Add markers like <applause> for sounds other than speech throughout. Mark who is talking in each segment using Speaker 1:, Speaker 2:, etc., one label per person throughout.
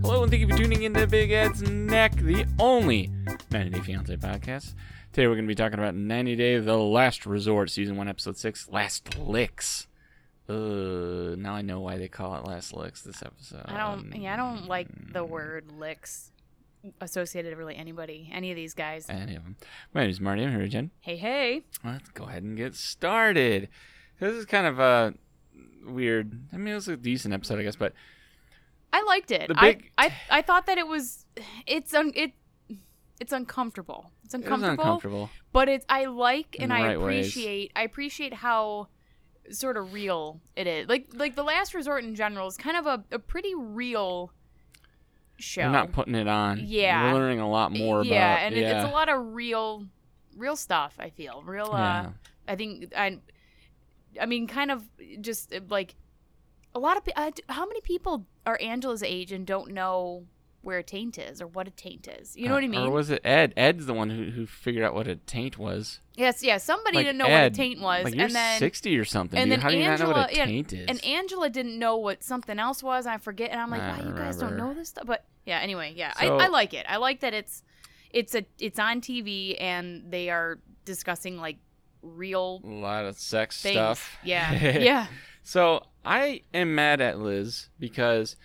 Speaker 1: Hello, and thank you for tuning in to Big Ed's Neck, the only 90 Day Fiance podcast. Today we're going to be talking about 90 Day The Last Resort, Season 1, Episode 6, Last Licks. Uh, now I know why they call it Last Licks this episode.
Speaker 2: I
Speaker 1: Um,
Speaker 2: don't. Yeah, I don't like
Speaker 1: mm.
Speaker 2: the word licks associated really anybody, any of these guys.
Speaker 1: Any of them. My name is Marty. I'm here with Jen.
Speaker 2: Hey, hey.
Speaker 1: Let's go ahead and get started. This is kind of a weird. I mean, it was a decent episode, I guess, but
Speaker 2: I liked it.
Speaker 1: The
Speaker 2: I,
Speaker 1: big-
Speaker 2: I I thought that it was it's un it it's uncomfortable. It's
Speaker 1: it was
Speaker 2: uncomfortable.
Speaker 1: uncomfortable.
Speaker 2: But it's I like
Speaker 1: In
Speaker 2: and
Speaker 1: the
Speaker 2: I
Speaker 1: right ways.
Speaker 2: appreciate I appreciate how sort of real it is. Like like the last resort in general is kind of a, a pretty real show.
Speaker 1: They're not putting it on.
Speaker 2: Yeah.
Speaker 1: We're learning a lot more
Speaker 2: yeah,
Speaker 1: about
Speaker 2: and it- it's a lot of real real stuff, I feel. Real uh
Speaker 1: Yeah.
Speaker 2: I think I, I mean, kind of just uh, like a lot of pe- uh, d- how many people are Angela's age and don't know where a taint is or what a taint is. You know
Speaker 1: Uh,
Speaker 2: what I mean?
Speaker 1: Or was it Ed? Ed's the one who, who figured out what a taint was.
Speaker 2: yes, yeah. Somebody
Speaker 1: like
Speaker 2: didn't know what a
Speaker 1: Ed,
Speaker 2: taint was,
Speaker 1: Like you're
Speaker 2: and then
Speaker 1: 60 or something.
Speaker 2: and
Speaker 1: dude.
Speaker 2: then
Speaker 1: How do you not know what a
Speaker 2: Angela- yeah,
Speaker 1: taint is?
Speaker 2: and Angela didn't know what something else was. And I forget, and I'm like,
Speaker 1: I
Speaker 2: wow, you guys don't
Speaker 1: remember.
Speaker 2: know this stuff. But yeah, anyway, yeah,
Speaker 1: So-
Speaker 2: I, I like it. I like that it's it's a it's on TV and they are discussing like real
Speaker 1: a lot of sex
Speaker 2: things.
Speaker 1: stuff. <laughs>
Speaker 2: Yeah, yeah.
Speaker 1: So I am mad at Liz because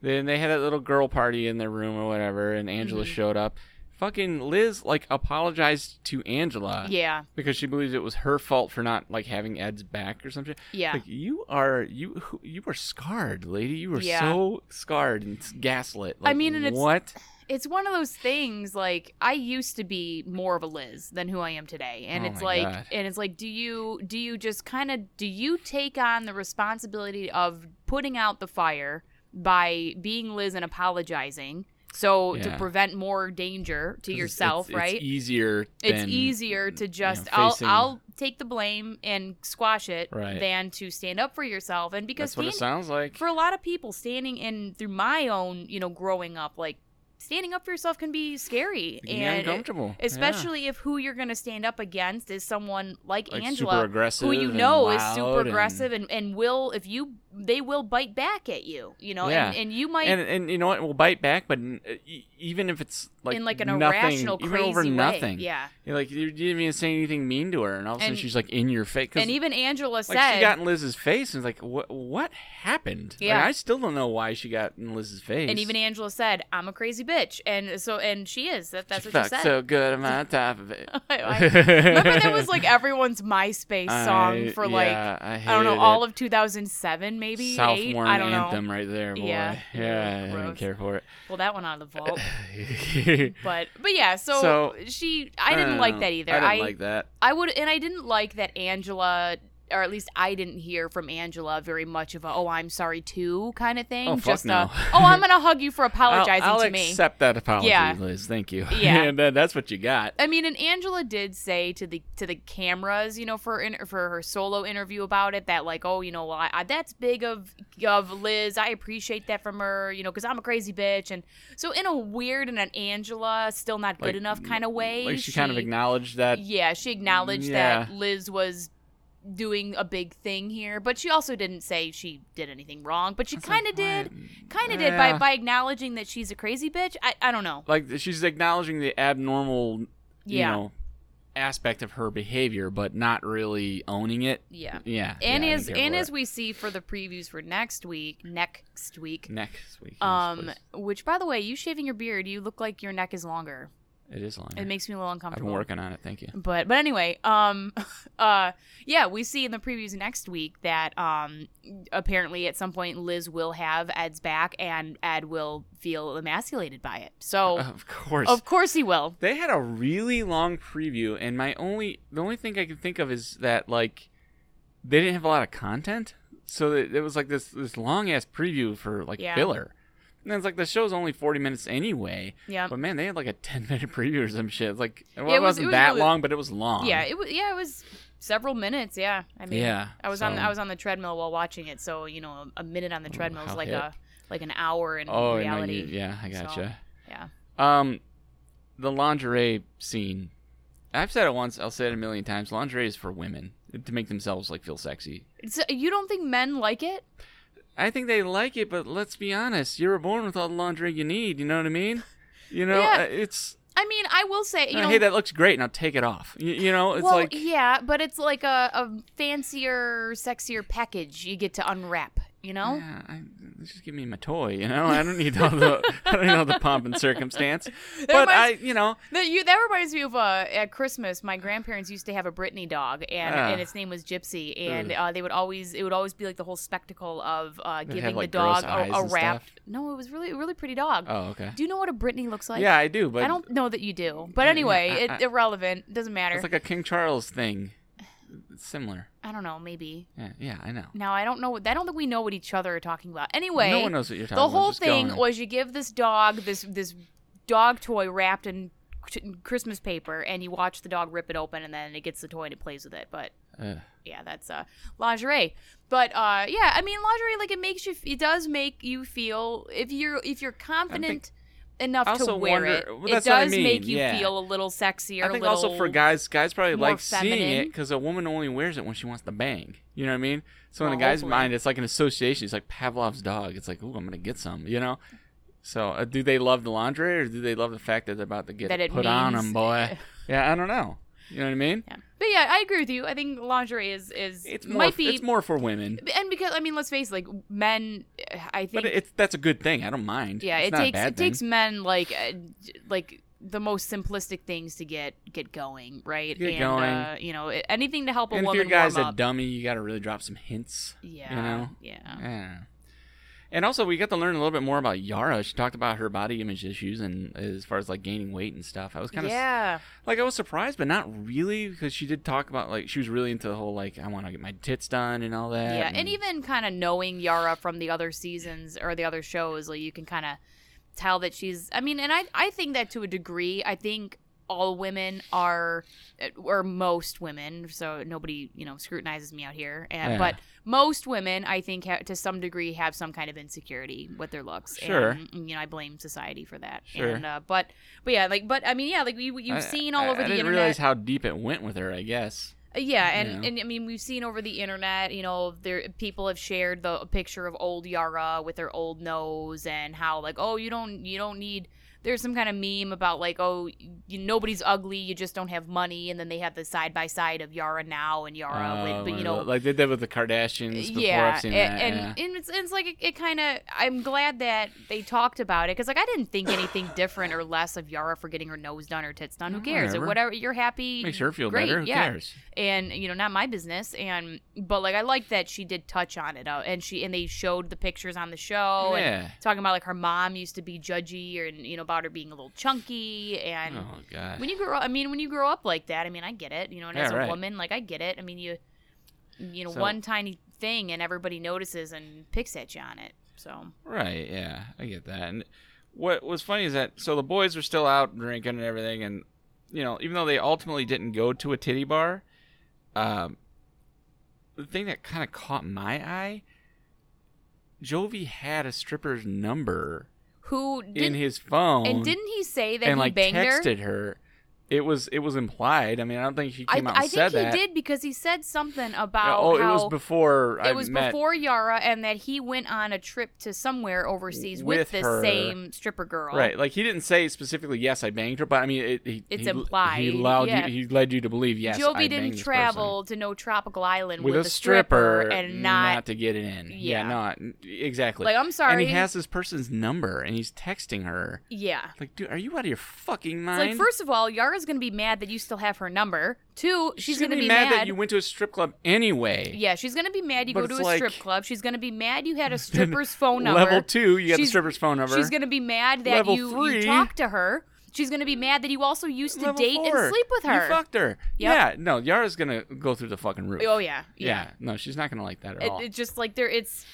Speaker 1: then they had that little girl party in their room or whatever, and Angela
Speaker 2: Mhm.
Speaker 1: showed up. Fucking Liz like apologized to Angela
Speaker 2: Yeah,
Speaker 1: because she believes it was her fault for not like having Ed's back or something.
Speaker 2: yeah.
Speaker 1: Like you are you who- you were scarred, lady. You were
Speaker 2: Yeah.
Speaker 1: so scarred and s- gaslit.
Speaker 2: I
Speaker 1: Like,
Speaker 2: mean, and it's-
Speaker 1: what?
Speaker 2: it's one of those things like I used to be more of a Liz than who I am today. And
Speaker 1: Oh
Speaker 2: it's
Speaker 1: my
Speaker 2: like
Speaker 1: God.
Speaker 2: and it's like do you do you just kind of do you take on the responsibility of putting out the fire by being Liz and apologizing? So to
Speaker 1: Yeah.
Speaker 2: prevent more danger to
Speaker 1: 'Cause it's-
Speaker 2: yourself,
Speaker 1: it's- e-,
Speaker 2: right?
Speaker 1: It's easier.
Speaker 2: It's
Speaker 1: than-
Speaker 2: easier to just
Speaker 1: facing-
Speaker 2: I'll I'll take the blame and squash it
Speaker 1: Right.
Speaker 2: than to stand up for yourself and because
Speaker 1: That's what it
Speaker 2: stand-
Speaker 1: sounds like.
Speaker 2: for a lot of people standing in through my own you know growing up like standing up for yourself can be scary
Speaker 1: It can be
Speaker 2: and
Speaker 1: uncomfortable, Yeah.
Speaker 2: especially if who you're going to stand up against is someone like,
Speaker 1: Like, super
Speaker 2: angela
Speaker 1: aggressive,
Speaker 2: who you
Speaker 1: and
Speaker 2: know is
Speaker 1: loud
Speaker 2: super
Speaker 1: and-
Speaker 2: aggressive and, and will if you they will bite back at you you know
Speaker 1: Yeah.
Speaker 2: and, and you might
Speaker 1: and and you know what? We'll bite back, but n- e- even if it's like
Speaker 2: in like an
Speaker 1: nothing,
Speaker 2: irrational
Speaker 1: even
Speaker 2: crazy
Speaker 1: over
Speaker 2: way
Speaker 1: nothing,
Speaker 2: yeah
Speaker 1: You're like you didn't even say anything mean to her, and all of a sudden
Speaker 2: And-
Speaker 1: she's like in your face. 'Cause,
Speaker 2: and even angela
Speaker 1: like
Speaker 2: said
Speaker 1: she got in Liz's face, and it's like what what happened? Like,
Speaker 2: Yeah.
Speaker 1: I still don't know why she got in Liz's face.
Speaker 2: and even angela said i'm a crazy bitch and so and she is that, that's
Speaker 1: she
Speaker 2: what she
Speaker 1: fucked
Speaker 2: said <laughs>
Speaker 1: so good. I'm on top of it.
Speaker 2: I- Remember there was like
Speaker 1: <laughs>
Speaker 2: everyone's MySpace song
Speaker 1: I-
Speaker 2: for like
Speaker 1: yeah, I,
Speaker 2: I don't know
Speaker 1: hated
Speaker 2: all
Speaker 1: it.
Speaker 2: of 2007 maybe eight.
Speaker 1: Southbourne
Speaker 2: I don't know.
Speaker 1: anthem right there, boy.
Speaker 2: Yeah.
Speaker 1: <laughs> yeah I didn't
Speaker 2: Gross.
Speaker 1: care for
Speaker 2: Well, that one out of
Speaker 1: <laughs>
Speaker 2: the vault.
Speaker 1: it.
Speaker 2: But but yeah, so,
Speaker 1: So-
Speaker 2: she I didn't
Speaker 1: don't
Speaker 2: like
Speaker 1: know.
Speaker 2: that either.
Speaker 1: I didn't
Speaker 2: I
Speaker 1: like that.
Speaker 2: I would and I didn't like that Angela or at least I didn't hear from Angela very much of a oh I'm sorry too kind of thing.
Speaker 1: Oh, fuck
Speaker 2: Just
Speaker 1: no. <laughs>
Speaker 2: a oh I'm gonna hug you for apologizing
Speaker 1: I'll, I'll
Speaker 2: to me.
Speaker 1: accept that apology,
Speaker 2: Yeah.
Speaker 1: Liz. Thank you.
Speaker 2: Yeah.
Speaker 1: <laughs> and then that's what you got.
Speaker 2: I mean, and Angela did say to the to the cameras, you know, for in, for her solo interview about it, that like, oh, you know, well, I, I, that's big of of Liz. I appreciate that from her, you know, because I'm a crazy bitch, and so in a weird and an Angela still not good
Speaker 1: Like,
Speaker 2: enough kind of way,
Speaker 1: Like she, kind of acknowledged that.
Speaker 2: yeah, she acknowledged that
Speaker 1: Yeah.
Speaker 2: Liz was doing a big thing here, but she also didn't say she did anything wrong, but she
Speaker 1: It's like,
Speaker 2: kind of did,
Speaker 1: what?
Speaker 2: kind of did by
Speaker 1: Yeah.
Speaker 2: by acknowledging that she's a crazy bitch. I I don't know,
Speaker 1: Like she's acknowledging the abnormal,
Speaker 2: yeah,
Speaker 1: you know, aspect of her behavior, but not really owning it.
Speaker 2: yeah.
Speaker 1: Yeah.
Speaker 2: and
Speaker 1: yeah, I
Speaker 2: as
Speaker 1: didn't care
Speaker 2: and
Speaker 1: for
Speaker 2: as
Speaker 1: it.
Speaker 2: we see for the previews for next week, next week,
Speaker 1: next week. yes,
Speaker 2: um,
Speaker 1: please.
Speaker 2: which by the way, you shaving your beard, you look like your neck is longer.
Speaker 1: it is longer.
Speaker 2: It makes me a little
Speaker 1: I've
Speaker 2: uncomfortable.
Speaker 1: been working on it. Thank you.
Speaker 2: But but anyway, um, <laughs> uh, yeah, we see in the previews next week that um, apparently at some point Liz will have Ed's back, and Ed will feel emasculated by it. So
Speaker 1: Of course.
Speaker 2: of course he will.
Speaker 1: they had a really long preview and my only the only thing i can think of is that like they didn't have a lot of content so it, it was like this this long ass preview for like
Speaker 2: Yeah.
Speaker 1: filler and it's like the show's only 40 minutes anyway
Speaker 2: Yeah.
Speaker 1: but man they had like a 10 minute <laughs> preview or some shit It's like well,
Speaker 2: Yeah,
Speaker 1: it,
Speaker 2: it was-
Speaker 1: wasn't
Speaker 2: it was
Speaker 1: that
Speaker 2: really-
Speaker 1: long but it was long
Speaker 2: Yeah, it was. Yeah, it was several minutes. Yeah, I mean,
Speaker 1: Yeah,
Speaker 2: I was on
Speaker 1: so-
Speaker 2: I was on the treadmill while watching it, so you know, a minute on the treadmill is
Speaker 1: how
Speaker 2: like
Speaker 1: hip.
Speaker 2: a like an hour in
Speaker 1: oh and I,
Speaker 2: reality.
Speaker 1: knew- yeah i gotcha
Speaker 2: yeah.
Speaker 1: um the lingerie scene i've said it once i'll say it a million times lingerie is for women to make themselves like feel sexy
Speaker 2: So you don't think men like it?
Speaker 1: I think they like it, but let's be honest. You were born with all the laundry you need. You know what I mean? You know,
Speaker 2: Yeah.
Speaker 1: uh, it's
Speaker 2: I mean, I will say, you
Speaker 1: uh,
Speaker 2: know,
Speaker 1: hey, that looks great. Now take it off. You, you know, it's
Speaker 2: well,
Speaker 1: like
Speaker 2: yeah, but it's like a, a fancier, sexier package you get to unwrap. You know?
Speaker 1: Yeah, I, just give me my toy, you know. I don't need all the <laughs> I don't need all the pomp and
Speaker 2: <laughs>
Speaker 1: circumstance. But I,
Speaker 2: reminds-
Speaker 1: you know,
Speaker 2: That you that reminds me of uh, at Christmas, my grandparents used to have a Brittany dog, and,
Speaker 1: Ah.
Speaker 2: and its name was Gypsy, and uh, they would always it would always be like the whole spectacle of uh,
Speaker 1: They'd
Speaker 2: giving
Speaker 1: have, like,
Speaker 2: the dog
Speaker 1: gross eyes
Speaker 2: a, a
Speaker 1: and
Speaker 2: wrap.
Speaker 1: stuff?
Speaker 2: No, it was really really pretty dog.
Speaker 1: oh okay,
Speaker 2: Do you know what a Brittany looks like?
Speaker 1: yeah, I do. But
Speaker 2: I don't know that you do, but
Speaker 1: Yeah,
Speaker 2: anyway,
Speaker 1: I-
Speaker 2: it,
Speaker 1: I-
Speaker 2: irrelevant doesn't matter.
Speaker 1: It's like a King Charles thing. It's similar.
Speaker 2: I don't know, maybe.
Speaker 1: Yeah, yeah, I know.
Speaker 2: Now I don't know. what- I don't think we know what each other are talking about. Anyway,
Speaker 1: no one knows what you're talking
Speaker 2: the
Speaker 1: about.
Speaker 2: whole
Speaker 1: Just go
Speaker 2: thing
Speaker 1: on.
Speaker 2: was you give this dog this this dog toy wrapped in ch- Christmas paper, and you watch the dog rip it open, and then it gets the toy and it plays with it. But
Speaker 1: Ugh.
Speaker 2: yeah, that's uh, lingerie. But uh, yeah, I mean lingerie, like it makes you, it does make you feel if you're if you're confident enough
Speaker 1: I
Speaker 2: to
Speaker 1: also
Speaker 2: wear
Speaker 1: wonder-
Speaker 2: it,
Speaker 1: well,
Speaker 2: it
Speaker 1: that's
Speaker 2: does
Speaker 1: what I mean,
Speaker 2: make you
Speaker 1: yeah.
Speaker 2: feel a little sexier.
Speaker 1: I think
Speaker 2: a little,
Speaker 1: also for guys, guys probably
Speaker 2: more
Speaker 1: like seeing it
Speaker 2: feminine.
Speaker 1: because a woman only wears it when she wants to bang. You know what I mean? So in a
Speaker 2: Well,
Speaker 1: guy's
Speaker 2: hopefully.
Speaker 1: mind, it's like an association. It's like Pavlov's dog. It's like, ooh, I'm gonna get some. You know. So uh, do they love the laundry or do they love the fact that they're about to get
Speaker 2: That it
Speaker 1: put on
Speaker 2: means-
Speaker 1: them, boy? <laughs> yeah, I don't know. You know what I mean?
Speaker 2: Yeah. But yeah, I agree with you. I think lingerie is is
Speaker 1: It's more.
Speaker 2: might be
Speaker 1: It's more for women,
Speaker 2: and because I mean, let's face it, like men, I
Speaker 1: but
Speaker 2: think
Speaker 1: it's that's a good thing. I don't mind.
Speaker 2: yeah,
Speaker 1: It's
Speaker 2: it
Speaker 1: not a
Speaker 2: takes
Speaker 1: bad
Speaker 2: it
Speaker 1: thing.
Speaker 2: takes men like uh, j- like the most simplistic things to get get going, right?
Speaker 1: Get
Speaker 2: and,
Speaker 1: going.
Speaker 2: Uh, you know, it- anything to help a
Speaker 1: And if
Speaker 2: woman
Speaker 1: your guy's
Speaker 2: warm
Speaker 1: a
Speaker 2: up.
Speaker 1: dummy, you got to really drop some hints.
Speaker 2: yeah,
Speaker 1: know?
Speaker 2: yeah.
Speaker 1: Yeah. And also, we got to learn a little bit more about Yara. She talked about her body image issues and as far as like gaining weight and stuff. I was kind of
Speaker 2: yeah,
Speaker 1: like, I was surprised, but not really because she did talk about like she was really into the whole like I want to get my tits done and all that.
Speaker 2: yeah, and even kind of knowing Yara from the other seasons or the other shows, like you can kind of tell that she's. I mean, and I I think that to a degree, I think all women are, uh, or most women. So nobody you know scrutinizes me out here, and
Speaker 1: Yeah.
Speaker 2: but most women, I think, ha- to some degree, have some kind of insecurity with their looks.
Speaker 1: Sure.
Speaker 2: and, you know, I blame society for that.
Speaker 1: Sure.
Speaker 2: and, uh, but but yeah, like but I mean, yeah, like we you've
Speaker 1: I-
Speaker 2: seen all
Speaker 1: I-
Speaker 2: over
Speaker 1: I
Speaker 2: the
Speaker 1: didn't
Speaker 2: internet.
Speaker 1: realize how deep it went with her. I guess.
Speaker 2: Uh, Yeah, and,
Speaker 1: Yeah.
Speaker 2: and I mean we've seen over the internet, you know, there people have shared the a picture of old Yara with her old nose and how like, oh, you don't you don't need there's some kind of meme about like, oh, you, nobody's ugly, you just don't have money, and then they have the side by side of Yara now and Yara,
Speaker 1: Uh,
Speaker 2: with, but
Speaker 1: one
Speaker 2: you
Speaker 1: of
Speaker 2: know,
Speaker 1: the- like they did with the Kardashians. Before.
Speaker 2: yeah,
Speaker 1: I've seen
Speaker 2: a-
Speaker 1: that,
Speaker 2: and,
Speaker 1: yeah.
Speaker 2: and it's, it's like it, it kind of. I'm glad that they talked about it because like I didn't think anything different or less of Yara for getting her nose done or tits done. Who
Speaker 1: No,
Speaker 2: cares?
Speaker 1: whatever.
Speaker 2: Or whatever you're happy
Speaker 1: makes her feel
Speaker 2: great,
Speaker 1: better. Who
Speaker 2: yeah
Speaker 1: cares?
Speaker 2: and you know not my business and but like i like that she did touch on it uh, and she and they showed the pictures on the show Oh, and
Speaker 1: yeah.
Speaker 2: talking about like her mom used to be judgy or, and you know about her being a little chunky and
Speaker 1: oh god.
Speaker 2: when you grow up i mean when you grow up like that i mean i get it you know and
Speaker 1: Yeah,
Speaker 2: as a
Speaker 1: right.
Speaker 2: woman like i get it i mean you you know
Speaker 1: So-
Speaker 2: one tiny thing and everybody notices and picks at you on it so
Speaker 1: Right, yeah, I get that. And what was funny is that so the boys were still out drinking and everything, and you know, even though they ultimately didn't go to a titty bar, um, the thing that kind of caught my eye, Jovi had a stripper's number
Speaker 2: who
Speaker 1: in
Speaker 2: did
Speaker 1: his phone,
Speaker 2: and didn't he say that
Speaker 1: and,
Speaker 2: he
Speaker 1: like
Speaker 2: banged her
Speaker 1: texted her. It was it was implied. I mean, I don't think he
Speaker 2: I,
Speaker 1: came out
Speaker 2: I
Speaker 1: and
Speaker 2: think
Speaker 1: said
Speaker 2: he
Speaker 1: that.
Speaker 2: did because he said something about
Speaker 1: Oh,
Speaker 2: how
Speaker 1: it was before I
Speaker 2: it was
Speaker 1: met.
Speaker 2: before Yara, and that he went on a trip to somewhere overseas with,
Speaker 1: With
Speaker 2: this
Speaker 1: her.
Speaker 2: same stripper girl.
Speaker 1: Right, like he didn't say specifically, "Yes, I banged her," but I mean, it, he,
Speaker 2: It's
Speaker 1: he,
Speaker 2: implied,
Speaker 1: He allowed
Speaker 2: yeah.
Speaker 1: you. He led you to believe, "Yes, I
Speaker 2: Jovi
Speaker 1: banged
Speaker 2: didn't
Speaker 1: this
Speaker 2: travel to no tropical island
Speaker 1: person. with, a
Speaker 2: stripper,
Speaker 1: stripper,
Speaker 2: and not,
Speaker 1: to get it in." Yeah,
Speaker 2: Yeah.
Speaker 1: not exactly.
Speaker 2: like I'm
Speaker 1: and
Speaker 2: sorry.
Speaker 1: he has this person's number, and he's texting her.
Speaker 2: yeah.
Speaker 1: Like, dude, are you out of your fucking
Speaker 2: It's
Speaker 1: mind?
Speaker 2: like first of all, Yara's gonna be mad that you still have her number. Two, she's,
Speaker 1: gonna, be,
Speaker 2: mad.
Speaker 1: that you went to a strip club anyway.
Speaker 2: yeah, she's gonna be mad you
Speaker 1: But
Speaker 2: go to
Speaker 1: it's
Speaker 2: a
Speaker 1: like-
Speaker 2: strip club. She's gonna be mad you had
Speaker 1: <laughs>
Speaker 2: a stripper's phone number.
Speaker 1: Level two, you got the
Speaker 2: She's-
Speaker 1: stripper's phone number.
Speaker 2: She's gonna be mad that
Speaker 1: Level
Speaker 2: you,
Speaker 1: three-
Speaker 2: you talked to her. She's gonna be mad that you also used to
Speaker 1: Level
Speaker 2: date
Speaker 1: four,
Speaker 2: and sleep with her.
Speaker 1: You fucked her.
Speaker 2: Yep.
Speaker 1: Yeah, no, Yara's gonna go through the fucking roof.
Speaker 2: oh yeah,
Speaker 1: yeah. no, she's not gonna like that at
Speaker 2: it,
Speaker 1: all.
Speaker 2: it's just like there it's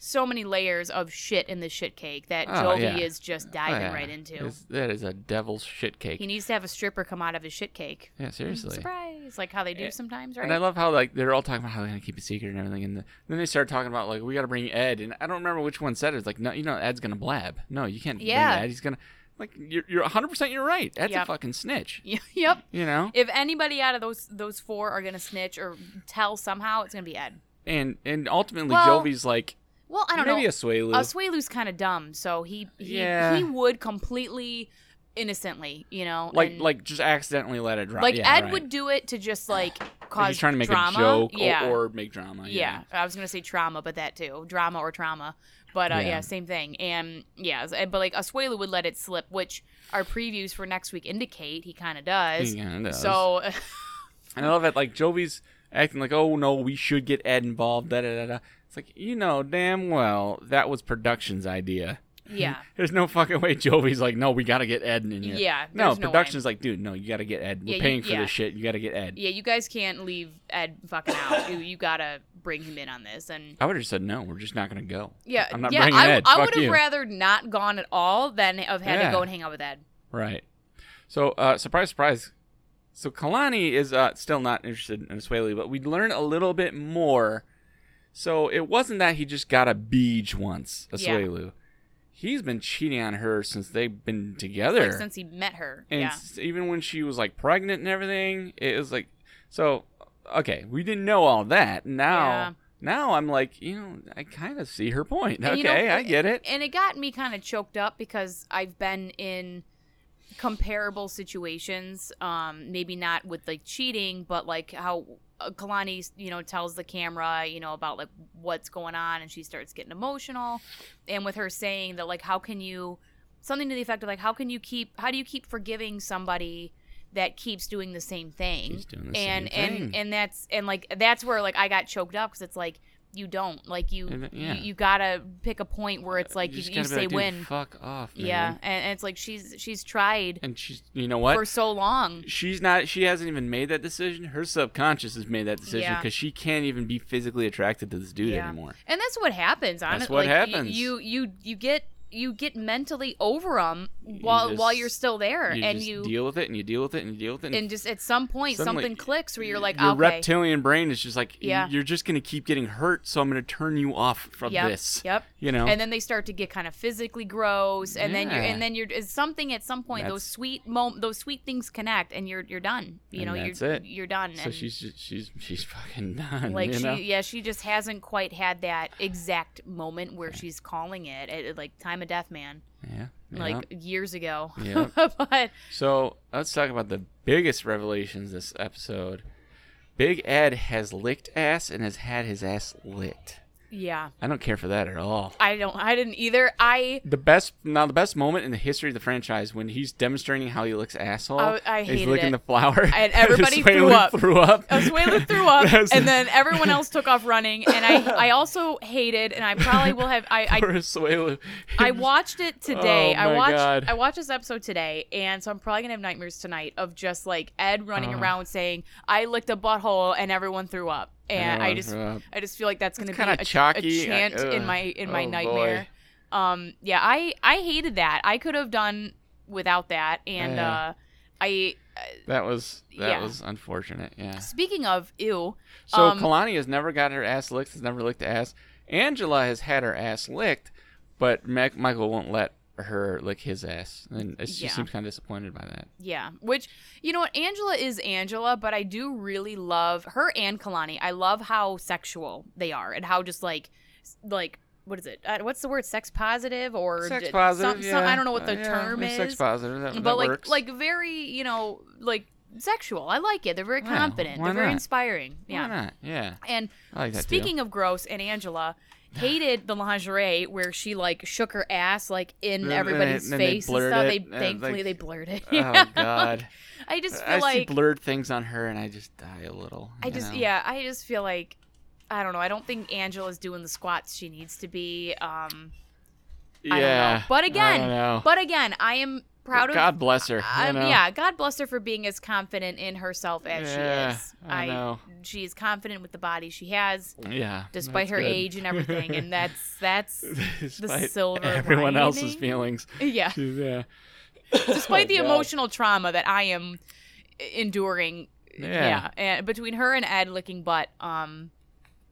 Speaker 2: so many layers of shit in the shit cake that
Speaker 1: Oh,
Speaker 2: Jovi
Speaker 1: yeah.
Speaker 2: is just diving
Speaker 1: Oh, Yeah.
Speaker 2: right into.
Speaker 1: It's- that is a devil's shit cake.
Speaker 2: he needs to have a stripper come out of his shit cake.
Speaker 1: yeah, seriously. Eh,
Speaker 2: Surprise! Like how they do sometimes, right?
Speaker 1: And I
Speaker 2: <laughs>
Speaker 1: love how like they're all talking about how they're gonna keep it secret and everything, and the, then they start talking about like we gotta bring Ed, and I don't remember which one said it. It's like no, you know Ed's gonna blab. No, you can't.
Speaker 2: Yeah.
Speaker 1: bring Ed. he's gonna like you're you're 100 percent you're right. Ed's a
Speaker 2: Yep.
Speaker 1: fucking snitch.
Speaker 2: yep.
Speaker 1: You know,
Speaker 2: If anybody out of those those four are gonna snitch or tell somehow, it's gonna be Ed.
Speaker 1: and and ultimately
Speaker 2: Well-
Speaker 1: Jovi's like
Speaker 2: Well, I don't
Speaker 1: Maybe
Speaker 2: know. Uh,
Speaker 1: a Swaylu.
Speaker 2: Asuelu's kind of dumb, so he he,
Speaker 1: Yeah.
Speaker 2: he would completely innocently, you know,
Speaker 1: like
Speaker 2: and-
Speaker 1: like just accidentally let it drop.
Speaker 2: like
Speaker 1: yeah,
Speaker 2: Ed
Speaker 1: right.
Speaker 2: would do it to just like
Speaker 1: Like,
Speaker 2: cause
Speaker 1: he's trying to make
Speaker 2: drama.
Speaker 1: a joke
Speaker 2: yeah.
Speaker 1: or, or make drama.
Speaker 2: yeah. I was gonna say trauma, but that too, drama or trauma, but uh, yeah.
Speaker 1: Yeah.
Speaker 2: same thing. And yeah, s- but like Asuelu would let it slip, which our previews for next week indicate he kind of does.
Speaker 1: Yeah, it Mm, does.
Speaker 2: So
Speaker 1: and I love it. Like Jovi's acting like, oh no, we should get Ed involved. Da da da. da. It's like you know damn well that was production's idea.
Speaker 2: <laughs> yeah,
Speaker 1: <laughs> There's no fucking way Jovi's like, no, we got to get Ed in here.
Speaker 2: yeah.
Speaker 1: No,
Speaker 2: there's way.
Speaker 1: production's like, dude, no, you got to get Ed. We're
Speaker 2: Yeah, you-
Speaker 1: paying for
Speaker 2: yeah.
Speaker 1: this shit. You got to get Ed.
Speaker 2: Yeah, you guys can't leave Ed fucking out. you, you gotta bring him in on this, and
Speaker 1: I would have just said no. We're just not gonna go.
Speaker 2: yeah,
Speaker 1: I'm not
Speaker 2: yeah.
Speaker 1: bringing
Speaker 2: I,
Speaker 1: Ed.
Speaker 2: I
Speaker 1: Fuck
Speaker 2: would have
Speaker 1: you.
Speaker 2: rather not gone at all than have had
Speaker 1: Yeah.
Speaker 2: to go and hang out with Ed.
Speaker 1: Right. So, uh, surprise, surprise. So Kalani is uh, still not interested in Swaley, but we learn a little bit more. So it wasn't that he just got a beach once,
Speaker 2: Yeah.
Speaker 1: Asuelu. He's been cheating on her since they've been together.
Speaker 2: Like, since he met her,
Speaker 1: and
Speaker 2: yeah,
Speaker 1: s- even when she was like pregnant and everything, it was like so. Okay, we didn't know all that. Now,
Speaker 2: Yeah.
Speaker 1: now I'm like, you know, I kind of see her point.
Speaker 2: And
Speaker 1: okay,
Speaker 2: you know,
Speaker 1: I get it.
Speaker 2: and it got me kind of choked up because I've been in comparable situations. Um, maybe not with like cheating, but like how uh, Kalani, you know, tells the camera, you know, about like what's going on, and she starts getting emotional, and with her saying that like, how can you, something to the effect of like, how can you keep, how do you keep forgiving somebody that keeps doing the same thing?
Speaker 1: He's doing the
Speaker 2: and
Speaker 1: same thing.
Speaker 2: and and that's and like that's where like I got choked up because it's like you don't like you
Speaker 1: And, uh, yeah. Uh,
Speaker 2: you, you gotta pick a point where it's like you,
Speaker 1: just
Speaker 2: you
Speaker 1: gotta be
Speaker 2: say
Speaker 1: like, "Dude,
Speaker 2: win
Speaker 1: Fuck off, man.
Speaker 2: yeah and, and it's like she's she's tried
Speaker 1: and she's you know what
Speaker 2: for so long
Speaker 1: she's not she hasn't even made that decision her subconscious has made that decision
Speaker 2: Yeah.
Speaker 1: because she can't even be physically attracted to this dude
Speaker 2: Yeah.
Speaker 1: anymore
Speaker 2: and that's what happens honestly
Speaker 1: what
Speaker 2: like, you-
Speaker 1: happens.
Speaker 2: you you you get you get mentally over them while
Speaker 1: just-
Speaker 2: while you're still there
Speaker 1: you
Speaker 2: and
Speaker 1: just
Speaker 2: you
Speaker 1: deal with it and you deal with it and you deal with it
Speaker 2: and just at some point
Speaker 1: Suddenly,
Speaker 2: something clicks where you're like
Speaker 1: your
Speaker 2: okay
Speaker 1: reptilian brain is just like
Speaker 2: Yeah.
Speaker 1: you're just gonna keep getting hurt so i'm gonna turn you off from
Speaker 2: yep,
Speaker 1: this
Speaker 2: yep
Speaker 1: you know
Speaker 2: and then they start to get kind of physically gross and then you're
Speaker 1: Yeah.
Speaker 2: and then you're it's something at some point those
Speaker 1: That's-
Speaker 2: sweet mom those sweet things connect and you're you're done you
Speaker 1: And
Speaker 2: know
Speaker 1: that's
Speaker 2: you're
Speaker 1: it.
Speaker 2: you're done
Speaker 1: so
Speaker 2: and
Speaker 1: she's just, she's she's fucking <laughs> done
Speaker 2: like
Speaker 1: you
Speaker 2: she
Speaker 1: know?
Speaker 2: yeah she just hasn't quite had that exact moment where she's calling it at, at, like time of death man
Speaker 1: yeah yeah.
Speaker 2: like years ago
Speaker 1: Yeah.
Speaker 2: <laughs> but
Speaker 1: So let's talk about the biggest revelations this episode. Big Ed has licked ass and has had his ass licked.
Speaker 2: yeah
Speaker 1: I don't care for that at all.
Speaker 2: i don't i didn't either i
Speaker 1: The best, now the best moment in the history of the franchise when he's demonstrating how he licks asshole.
Speaker 2: I- I
Speaker 1: he's
Speaker 2: hated
Speaker 1: licking the
Speaker 2: it.
Speaker 1: flower, <laughs>
Speaker 2: And everybody
Speaker 1: Swaylu
Speaker 2: threw up.
Speaker 1: Threw up.
Speaker 2: Azuela threw
Speaker 1: <laughs>
Speaker 2: up,
Speaker 1: That's-
Speaker 2: and then everyone else took off running. And I, I also hated, and I probably will have, I,
Speaker 1: <laughs>
Speaker 2: I
Speaker 1: Poor Swaylu. <laughs>
Speaker 2: I watched it today.
Speaker 1: Oh,
Speaker 2: I
Speaker 1: my
Speaker 2: watched
Speaker 1: God.
Speaker 2: I watched this episode today, and so I'm probably gonna have nightmares tonight of just like Ed running
Speaker 1: Uh.
Speaker 2: around saying, "I licked a butthole and everyone threw up," and I
Speaker 1: Everyone
Speaker 2: just
Speaker 1: threw up.
Speaker 2: I just feel like that's gonna
Speaker 1: kinda
Speaker 2: be a,
Speaker 1: chalky.
Speaker 2: a chant
Speaker 1: Ugh.
Speaker 2: in my in my
Speaker 1: Oh, boy.
Speaker 2: nightmare. Um, yeah, I I hated that. I could have done without that, and
Speaker 1: Yeah.
Speaker 2: uh, I
Speaker 1: That was that
Speaker 2: Yeah.
Speaker 1: was unfortunate. Yeah.
Speaker 2: speaking of ew,
Speaker 1: So
Speaker 2: Um,
Speaker 1: Kalani has never got her ass licked. Has never licked ass. Angela has had her ass licked, but Mac- Michael won't let her lick his ass, and she
Speaker 2: Yeah.
Speaker 1: seems kind of disappointed by that.
Speaker 2: Yeah, which you know what Angela is Angela, but I do really love her and Kalani. I love how sexual they are and how just like s- like what is it? Uh, what's the word? Sex positive or
Speaker 1: Sex
Speaker 2: d-
Speaker 1: positive.
Speaker 2: some- some- I don't know what the
Speaker 1: yeah,
Speaker 2: term
Speaker 1: it's
Speaker 2: is,
Speaker 1: Sex positive. That,
Speaker 2: but
Speaker 1: that
Speaker 2: like
Speaker 1: works.
Speaker 2: like very you know like sexual. I like it. They're very
Speaker 1: Yeah,
Speaker 2: confident.
Speaker 1: why
Speaker 2: They're very
Speaker 1: not?
Speaker 2: inspiring.
Speaker 1: why
Speaker 2: Yeah.
Speaker 1: not? Yeah,
Speaker 2: And
Speaker 1: I like that
Speaker 2: Speaking of gross, and Angela hated the lingerie where she like shook her ass like in
Speaker 1: And-
Speaker 2: everybody's
Speaker 1: and then they
Speaker 2: face and
Speaker 1: blurred
Speaker 2: stuff.
Speaker 1: it,
Speaker 2: They
Speaker 1: and,
Speaker 2: thankfully
Speaker 1: like,
Speaker 2: they blurred it.
Speaker 1: too.
Speaker 2: <laughs> Yeah.
Speaker 1: <laughs> Oh God,
Speaker 2: I just feel
Speaker 1: I see
Speaker 2: like
Speaker 1: blurred things on her, and I just die a little.
Speaker 2: I
Speaker 1: you
Speaker 2: just
Speaker 1: know?
Speaker 2: yeah, I just feel like I don't know. I don't think Angela's doing the squats she needs to be. Um,
Speaker 1: yeah.
Speaker 2: don't know. But
Speaker 1: I
Speaker 2: again,
Speaker 1: don't know.
Speaker 2: but again, I am proud of
Speaker 1: God bless her.
Speaker 2: I-
Speaker 1: you know?
Speaker 2: yeah, God bless her for being as confident in herself as
Speaker 1: Yeah,
Speaker 2: she is.
Speaker 1: I know.
Speaker 2: she is confident with the body she has,
Speaker 1: yeah.
Speaker 2: despite
Speaker 1: that's
Speaker 2: her
Speaker 1: good.
Speaker 2: age and
Speaker 1: <laughs>
Speaker 2: everything, and that's that's
Speaker 1: despite
Speaker 2: silver
Speaker 1: everyone else's
Speaker 2: lining?
Speaker 1: feelings.
Speaker 2: <laughs> yeah.
Speaker 1: Yeah. Oh, <laughs>
Speaker 2: Despite the
Speaker 1: God.
Speaker 2: emotional trauma that I am eh, enduring,
Speaker 1: Yeah.
Speaker 2: yeah, and between her and Ed licking butt, um,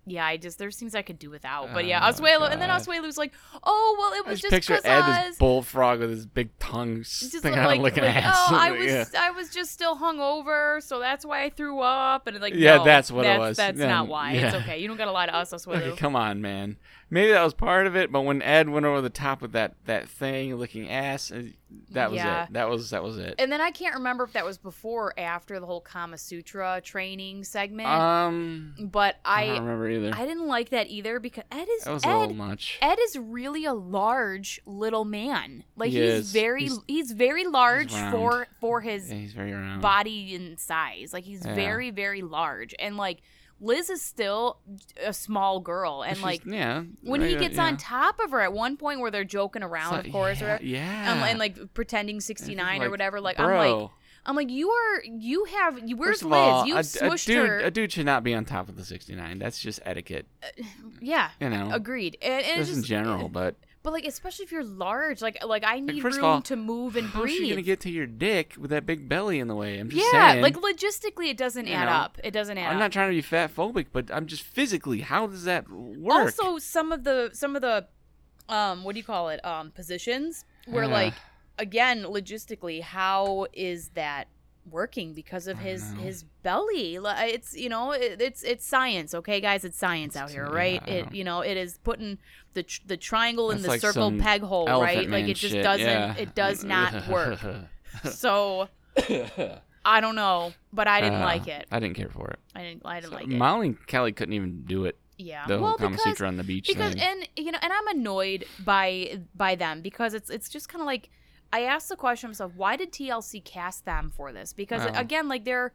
Speaker 2: yeah, I just there's things I could do without. But yeah,
Speaker 1: Oh,
Speaker 2: Oswego, and then
Speaker 1: God.
Speaker 2: Oswego's like, oh well, it
Speaker 1: I
Speaker 2: was
Speaker 1: just,
Speaker 2: just
Speaker 1: picture
Speaker 2: because
Speaker 1: Ed
Speaker 2: us.
Speaker 1: as bullfrog with his big tongue
Speaker 2: just
Speaker 1: sticking out
Speaker 2: like,
Speaker 1: like an
Speaker 2: like,
Speaker 1: ass.
Speaker 2: oh,
Speaker 1: <laughs>
Speaker 2: I was
Speaker 1: yeah,
Speaker 2: I was just still hungover, so that's why I threw up. And like,
Speaker 1: Yeah,
Speaker 2: no,
Speaker 1: that's what it
Speaker 2: that's,
Speaker 1: was.
Speaker 2: That's
Speaker 1: Yeah,
Speaker 2: not why. It's
Speaker 1: yeah.
Speaker 2: okay. You don't gotta lie to us, Oswego.
Speaker 1: <laughs> Okay, come on, man. Maybe that was part of it, but when Ed went over the top with that that thing looking ass, uh, that was
Speaker 2: Yeah.
Speaker 1: it. That was that was it.
Speaker 2: And then I can't remember if that was before or after the whole Kama Sutra training segment.
Speaker 1: um,
Speaker 2: but
Speaker 1: I,
Speaker 2: I
Speaker 1: don't remember either.
Speaker 2: I didn't like that either because Ed is
Speaker 1: that was a
Speaker 2: Ed.
Speaker 1: little much.
Speaker 2: Ed is really a large little man. Like
Speaker 1: He
Speaker 2: he's
Speaker 1: is.
Speaker 2: very
Speaker 1: He's-
Speaker 2: he's, very large
Speaker 1: round.
Speaker 2: for for his
Speaker 1: Yeah, he's very round.
Speaker 2: body and size. Like he's
Speaker 1: Yeah.
Speaker 2: very very large and like Liz is still a small girl and
Speaker 1: She's-
Speaker 2: like
Speaker 1: yeah,
Speaker 2: when he
Speaker 1: regular-
Speaker 2: gets
Speaker 1: yeah.
Speaker 2: on top of her at one point where they're joking around
Speaker 1: So-
Speaker 2: of course
Speaker 1: yeah,
Speaker 2: or um,
Speaker 1: yeah.
Speaker 2: and, and like pretending 69
Speaker 1: Like,
Speaker 2: or whatever like
Speaker 1: Bro,
Speaker 2: I'm like I'm like you are you have you, where's
Speaker 1: first of
Speaker 2: Liz
Speaker 1: all,
Speaker 2: you
Speaker 1: a, a
Speaker 2: smushed
Speaker 1: dude,
Speaker 2: her
Speaker 1: a dude should not be on top of the 69. That's just etiquette,
Speaker 2: yeah
Speaker 1: you know.
Speaker 2: agreed and, and it's
Speaker 1: just in
Speaker 2: just
Speaker 1: general, but
Speaker 2: But like, especially if you're large, like like I need
Speaker 1: first of
Speaker 2: room
Speaker 1: all,
Speaker 2: to move and
Speaker 1: how's she
Speaker 2: breathe.
Speaker 1: gonna get to your dick with that big belly in the way? I'm just
Speaker 2: yeah,
Speaker 1: saying.
Speaker 2: like logistically, it doesn't
Speaker 1: You
Speaker 2: add
Speaker 1: know,
Speaker 2: up. It doesn't add
Speaker 1: I'm
Speaker 2: up.
Speaker 1: not trying to be fat phobic, but I'm just physically. How does that work?
Speaker 2: also, some of the some of the um what do you call it um positions where
Speaker 1: Yeah.
Speaker 2: like again logistically, how is that working because of
Speaker 1: I
Speaker 2: his
Speaker 1: know.
Speaker 2: his belly? Li- It's you know it, it's it's science, okay guys. It's science
Speaker 1: It's-
Speaker 2: out here,
Speaker 1: yeah,
Speaker 2: right?
Speaker 1: I
Speaker 2: It
Speaker 1: know.
Speaker 2: you know it is putting the tr- the triangle in
Speaker 1: That's
Speaker 2: the
Speaker 1: like
Speaker 2: circle
Speaker 1: some
Speaker 2: peg hole,
Speaker 1: Elephant
Speaker 2: right? Like
Speaker 1: man
Speaker 2: it just
Speaker 1: shit,
Speaker 2: doesn't.
Speaker 1: yeah.
Speaker 2: It does
Speaker 1: <laughs>
Speaker 2: not <laughs> work. so.
Speaker 1: I
Speaker 2: I don't know, but I didn't like it.
Speaker 1: Uh-huh. I didn't care for it.
Speaker 2: I didn't. I didn't
Speaker 1: Uh. So
Speaker 2: like it.
Speaker 1: Molly and Kelly couldn't even do it.
Speaker 2: Yeah.
Speaker 1: The
Speaker 2: well,
Speaker 1: whole Kama
Speaker 2: because
Speaker 1: Sutra on the beach
Speaker 2: because
Speaker 1: thing.
Speaker 2: and you know, and I'm annoyed by by them because it's it's just kind of like I asked the question to myself, why did TLC cast them for this? Because
Speaker 1: Well.
Speaker 2: again, like they're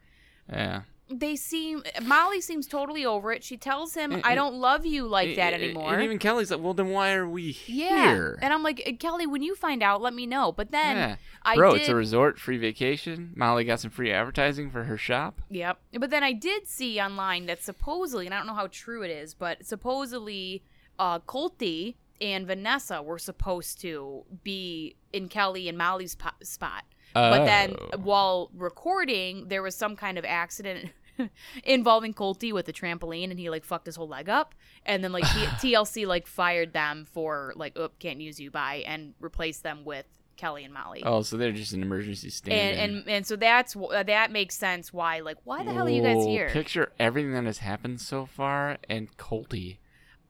Speaker 1: yeah,
Speaker 2: they seem Molly seems totally over it. She tells him,
Speaker 1: And-
Speaker 2: "I don't love you like that
Speaker 1: And-
Speaker 2: anymore."
Speaker 1: And even Kelly's like, "Well, then why are we
Speaker 2: yeah.
Speaker 1: here?"
Speaker 2: And I'm like, Kelly, when you find out, let me know. But then
Speaker 1: Yeah.
Speaker 2: I
Speaker 1: Bro,
Speaker 2: did
Speaker 1: it's a resort, free vacation. Molly got some free advertising for her shop.
Speaker 2: Yep. But then I did see online that supposedly, and I don't know how true it is, but supposedly, uh, Colty and Vanessa were supposed to be in Kelly and Molly's po- spot. But then
Speaker 1: Oh.
Speaker 2: while recording, there was some kind of accident. <laughs> involving Colty with a trampoline and he like fucked his whole leg up and then like T- TLC like fired them for like oop can't use you bye and replaced them with Kelly and Molly
Speaker 1: oh, so they're just an emergency stand.
Speaker 2: and and and so that's wh- that makes sense why like why the hell are you guys here?
Speaker 1: Picture everything that has happened so far and Colty,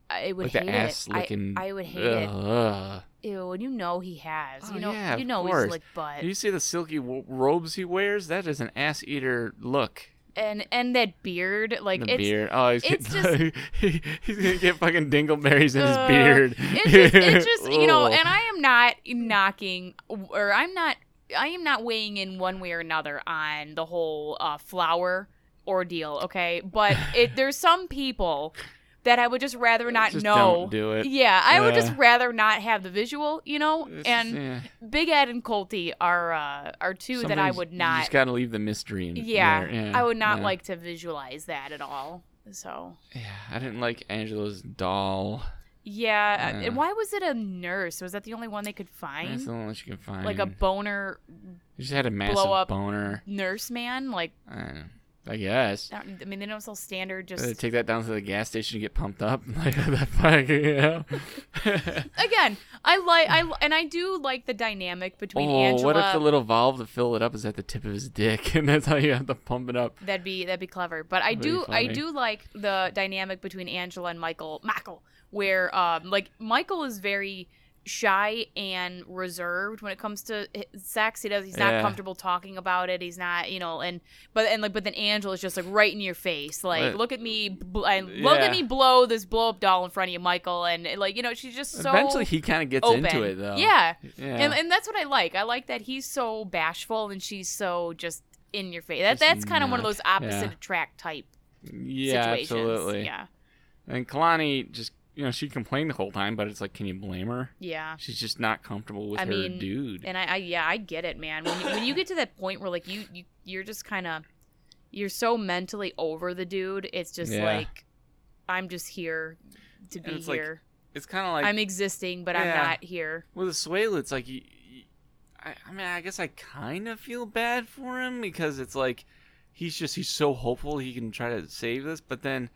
Speaker 2: I would
Speaker 1: like
Speaker 2: hate
Speaker 1: the ass
Speaker 2: it.
Speaker 1: looking.
Speaker 2: I, I would hate
Speaker 1: Ugh.
Speaker 2: it. Ew, and you know he has.
Speaker 1: Oh,
Speaker 2: you know
Speaker 1: yeah,
Speaker 2: you
Speaker 1: of
Speaker 2: know
Speaker 1: course.
Speaker 2: he's like butt.
Speaker 1: Do you see the silky w- robes he wears? That is an ass eater look.
Speaker 2: and and that beard like
Speaker 1: the
Speaker 2: it's
Speaker 1: beard. Oh, he's,
Speaker 2: it's
Speaker 1: getting- he- <laughs> he's gonna get fucking dingleberries in his
Speaker 2: Uh,
Speaker 1: beard.
Speaker 2: it's just, it's
Speaker 1: <laughs>
Speaker 2: just you know,
Speaker 1: Ugh.
Speaker 2: and I am not knocking or I'm not I am not weighing in one way or another on the whole uh, flower ordeal, okay? But it, there's some people that I would just rather not
Speaker 1: Just
Speaker 2: know.
Speaker 1: Don't do it.
Speaker 2: Yeah, I would
Speaker 1: Yeah.
Speaker 2: just rather not have the visual, you know.
Speaker 1: It's-
Speaker 2: and
Speaker 1: yeah.
Speaker 2: Big Ed and Colty are uh, are two that I
Speaker 1: Sometimes
Speaker 2: would
Speaker 1: You
Speaker 2: not.
Speaker 1: just gotta leave the mystery. In
Speaker 2: Yeah,
Speaker 1: there. yeah,
Speaker 2: I would not
Speaker 1: yeah.
Speaker 2: like to visualize that at all. So
Speaker 1: Yeah, I didn't like Angela's doll.
Speaker 2: yeah, uh,
Speaker 1: Yeah.
Speaker 2: and why was it a nurse? Was that the only one they could
Speaker 1: That's
Speaker 2: find?
Speaker 1: the only one she could find.
Speaker 2: Like a boner
Speaker 1: she just had a massive
Speaker 2: blow up-
Speaker 1: boner.
Speaker 2: nurse man? Like
Speaker 1: I, don't know. I guess.
Speaker 2: I don't- I mean, they don't sell standard.
Speaker 1: Uh,
Speaker 2: Just
Speaker 1: take that down to the gas station and get pumped up. <laughs> Like that fuck, you
Speaker 2: <laughs>
Speaker 1: know? <laughs>
Speaker 2: again, I like I li- and I do like the dynamic between
Speaker 1: oh,
Speaker 2: Angela.
Speaker 1: what if the little valve to fill it up is at the tip of his dick, <laughs> and that's how you have to pump it up?
Speaker 2: That'd be that'd be clever. But I
Speaker 1: That'd be
Speaker 2: do I
Speaker 1: funny.
Speaker 2: do like the dynamic between Angela and Michael Michael, where um like Michael is very shy and reserved when it comes to h- sex. He does he's not
Speaker 1: Yeah.
Speaker 2: comfortable talking about it. He's not you know and but and like but then Angela's just like right in your face like
Speaker 1: But-
Speaker 2: look at me bl- and look
Speaker 1: Yeah.
Speaker 2: at me blow this blow up doll in front of you Michael and like you know she's just so
Speaker 1: Eventually, he kind of gets
Speaker 2: open
Speaker 1: into it though.
Speaker 2: yeah
Speaker 1: yeah.
Speaker 2: and, and that's what I like. I like that he's so bashful and she's so just in your face. That,
Speaker 1: Just
Speaker 2: that's kind of one of
Speaker 1: not-
Speaker 2: those opposite
Speaker 1: yeah.
Speaker 2: attract type
Speaker 1: yeah,
Speaker 2: situations.
Speaker 1: absolutely.
Speaker 2: Yeah.
Speaker 1: And Kalani just, you know, she complained the whole time, but it's like, can you blame her?
Speaker 2: Yeah.
Speaker 1: She's just not comfortable with
Speaker 2: I
Speaker 1: her
Speaker 2: mean,
Speaker 1: dude.
Speaker 2: And I, I yeah, I get it, man. When, when you get to that point where like you, you you're just kind of you're so mentally over the dude. It's just
Speaker 1: Yeah.
Speaker 2: like I'm just here to
Speaker 1: And
Speaker 2: be
Speaker 1: it's like,
Speaker 2: here.
Speaker 1: it's kind of like
Speaker 2: I'm existing, but I'm
Speaker 1: Yeah.
Speaker 2: not here.
Speaker 1: with Asuela, it's like, you, you, I, I mean, I guess I kind of feel bad for him because it's like he's just he's so hopeful he can try to save this, but then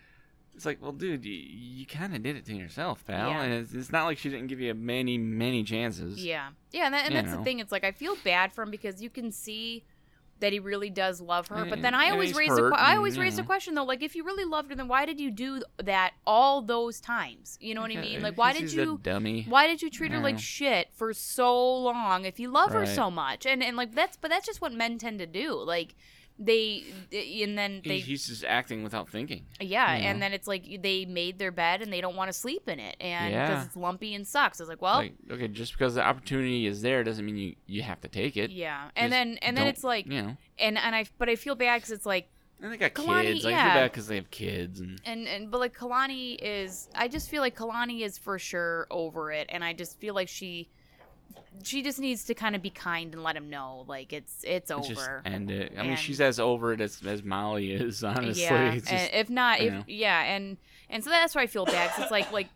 Speaker 1: It's like, well, dude, you, you kind of did it to yourself, pal.
Speaker 2: Yeah.
Speaker 1: And it's, it's not like she didn't give you many, many chances.
Speaker 2: Yeah, yeah, and, that, and
Speaker 1: You
Speaker 2: that's
Speaker 1: know.
Speaker 2: the thing. It's like I feel bad for him because you can see that he really does love her. But then
Speaker 1: And- Mm,
Speaker 2: I
Speaker 1: and
Speaker 2: always
Speaker 1: he's
Speaker 2: raise
Speaker 1: hurt
Speaker 2: a que- I
Speaker 1: and,
Speaker 2: always
Speaker 1: you
Speaker 2: raise the
Speaker 1: know.
Speaker 2: question though. Like, if you really loved her, then why did you do that all those times? You know what I mean? Like, why did
Speaker 1: She's a
Speaker 2: you?
Speaker 1: dummy?
Speaker 2: Why did you treat her like
Speaker 1: Yeah.
Speaker 2: shit for so long if you love her
Speaker 1: Right.
Speaker 2: so much? And and like that's but that's just what men tend to do. Like they and then
Speaker 1: He-
Speaker 2: they
Speaker 1: he's just acting without thinking.
Speaker 2: yeah,
Speaker 1: you
Speaker 2: and
Speaker 1: know.
Speaker 2: then it's like they made their bed and they don't want to sleep in it and because
Speaker 1: Yeah.
Speaker 2: it's lumpy and sucks. It's like, well,
Speaker 1: like, okay, just because the opportunity is there doesn't mean you, you have to take it.
Speaker 2: yeah.
Speaker 1: just
Speaker 2: And then and then
Speaker 1: don't-
Speaker 2: it's like
Speaker 1: You know,
Speaker 2: and and I but I feel bad because it's like
Speaker 1: and they got
Speaker 2: Kalani,
Speaker 1: kids. Like, I
Speaker 2: yeah.
Speaker 1: feel bad because they have kids. And
Speaker 2: and and but like Kalani is I just feel like Kalani is for sure over it and I just feel like she she just needs to kind of be kind and let him know like it's it's
Speaker 1: it's just
Speaker 2: over.
Speaker 1: end it. I mean,
Speaker 2: And-
Speaker 1: she's as over it as, as Molly is. <laughs> Honestly,
Speaker 2: yeah,
Speaker 1: it's
Speaker 2: and
Speaker 1: just,
Speaker 2: if not,
Speaker 1: you
Speaker 2: if
Speaker 1: know.
Speaker 2: yeah, and and so that's why I feel bad. 'cause it's like like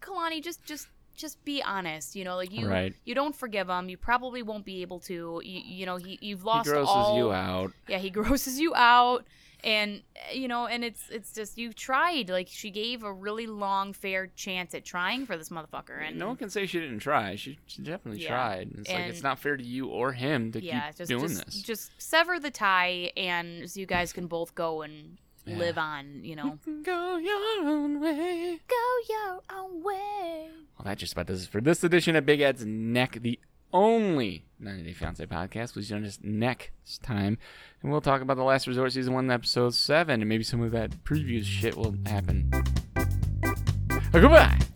Speaker 2: Kalani, just just just be honest. You know, like you
Speaker 1: Right.
Speaker 2: you don't forgive him. You probably won't be able to. You, you know, he you've
Speaker 1: he
Speaker 2: lost
Speaker 1: grosses
Speaker 2: all.
Speaker 1: you out.
Speaker 2: Yeah, he <laughs> grosses you out, and uh, you know, and it's it's just you tried. Like she gave a really long, fair chance at trying for this motherfucker, and
Speaker 1: no one can say she didn't try. She, she definitely
Speaker 2: Yeah.
Speaker 1: tried. It's like it's
Speaker 2: And-
Speaker 1: not fair to you or him to
Speaker 2: yeah,
Speaker 1: keep
Speaker 2: just
Speaker 1: doing
Speaker 2: just,
Speaker 1: this.
Speaker 2: just sever the tie, and so you guys can both go and
Speaker 1: Yeah.
Speaker 2: live on. You know,
Speaker 1: can go your own way.
Speaker 2: go your own way.
Speaker 1: Well, that just about does it for this edition of Big Ed's Neck, the only 90 Day Fiance podcast. Please join us next time, and we'll talk about The Last Resort Season 1, Episode 7, and maybe some of that preview shit will happen. Uh, Goodbye!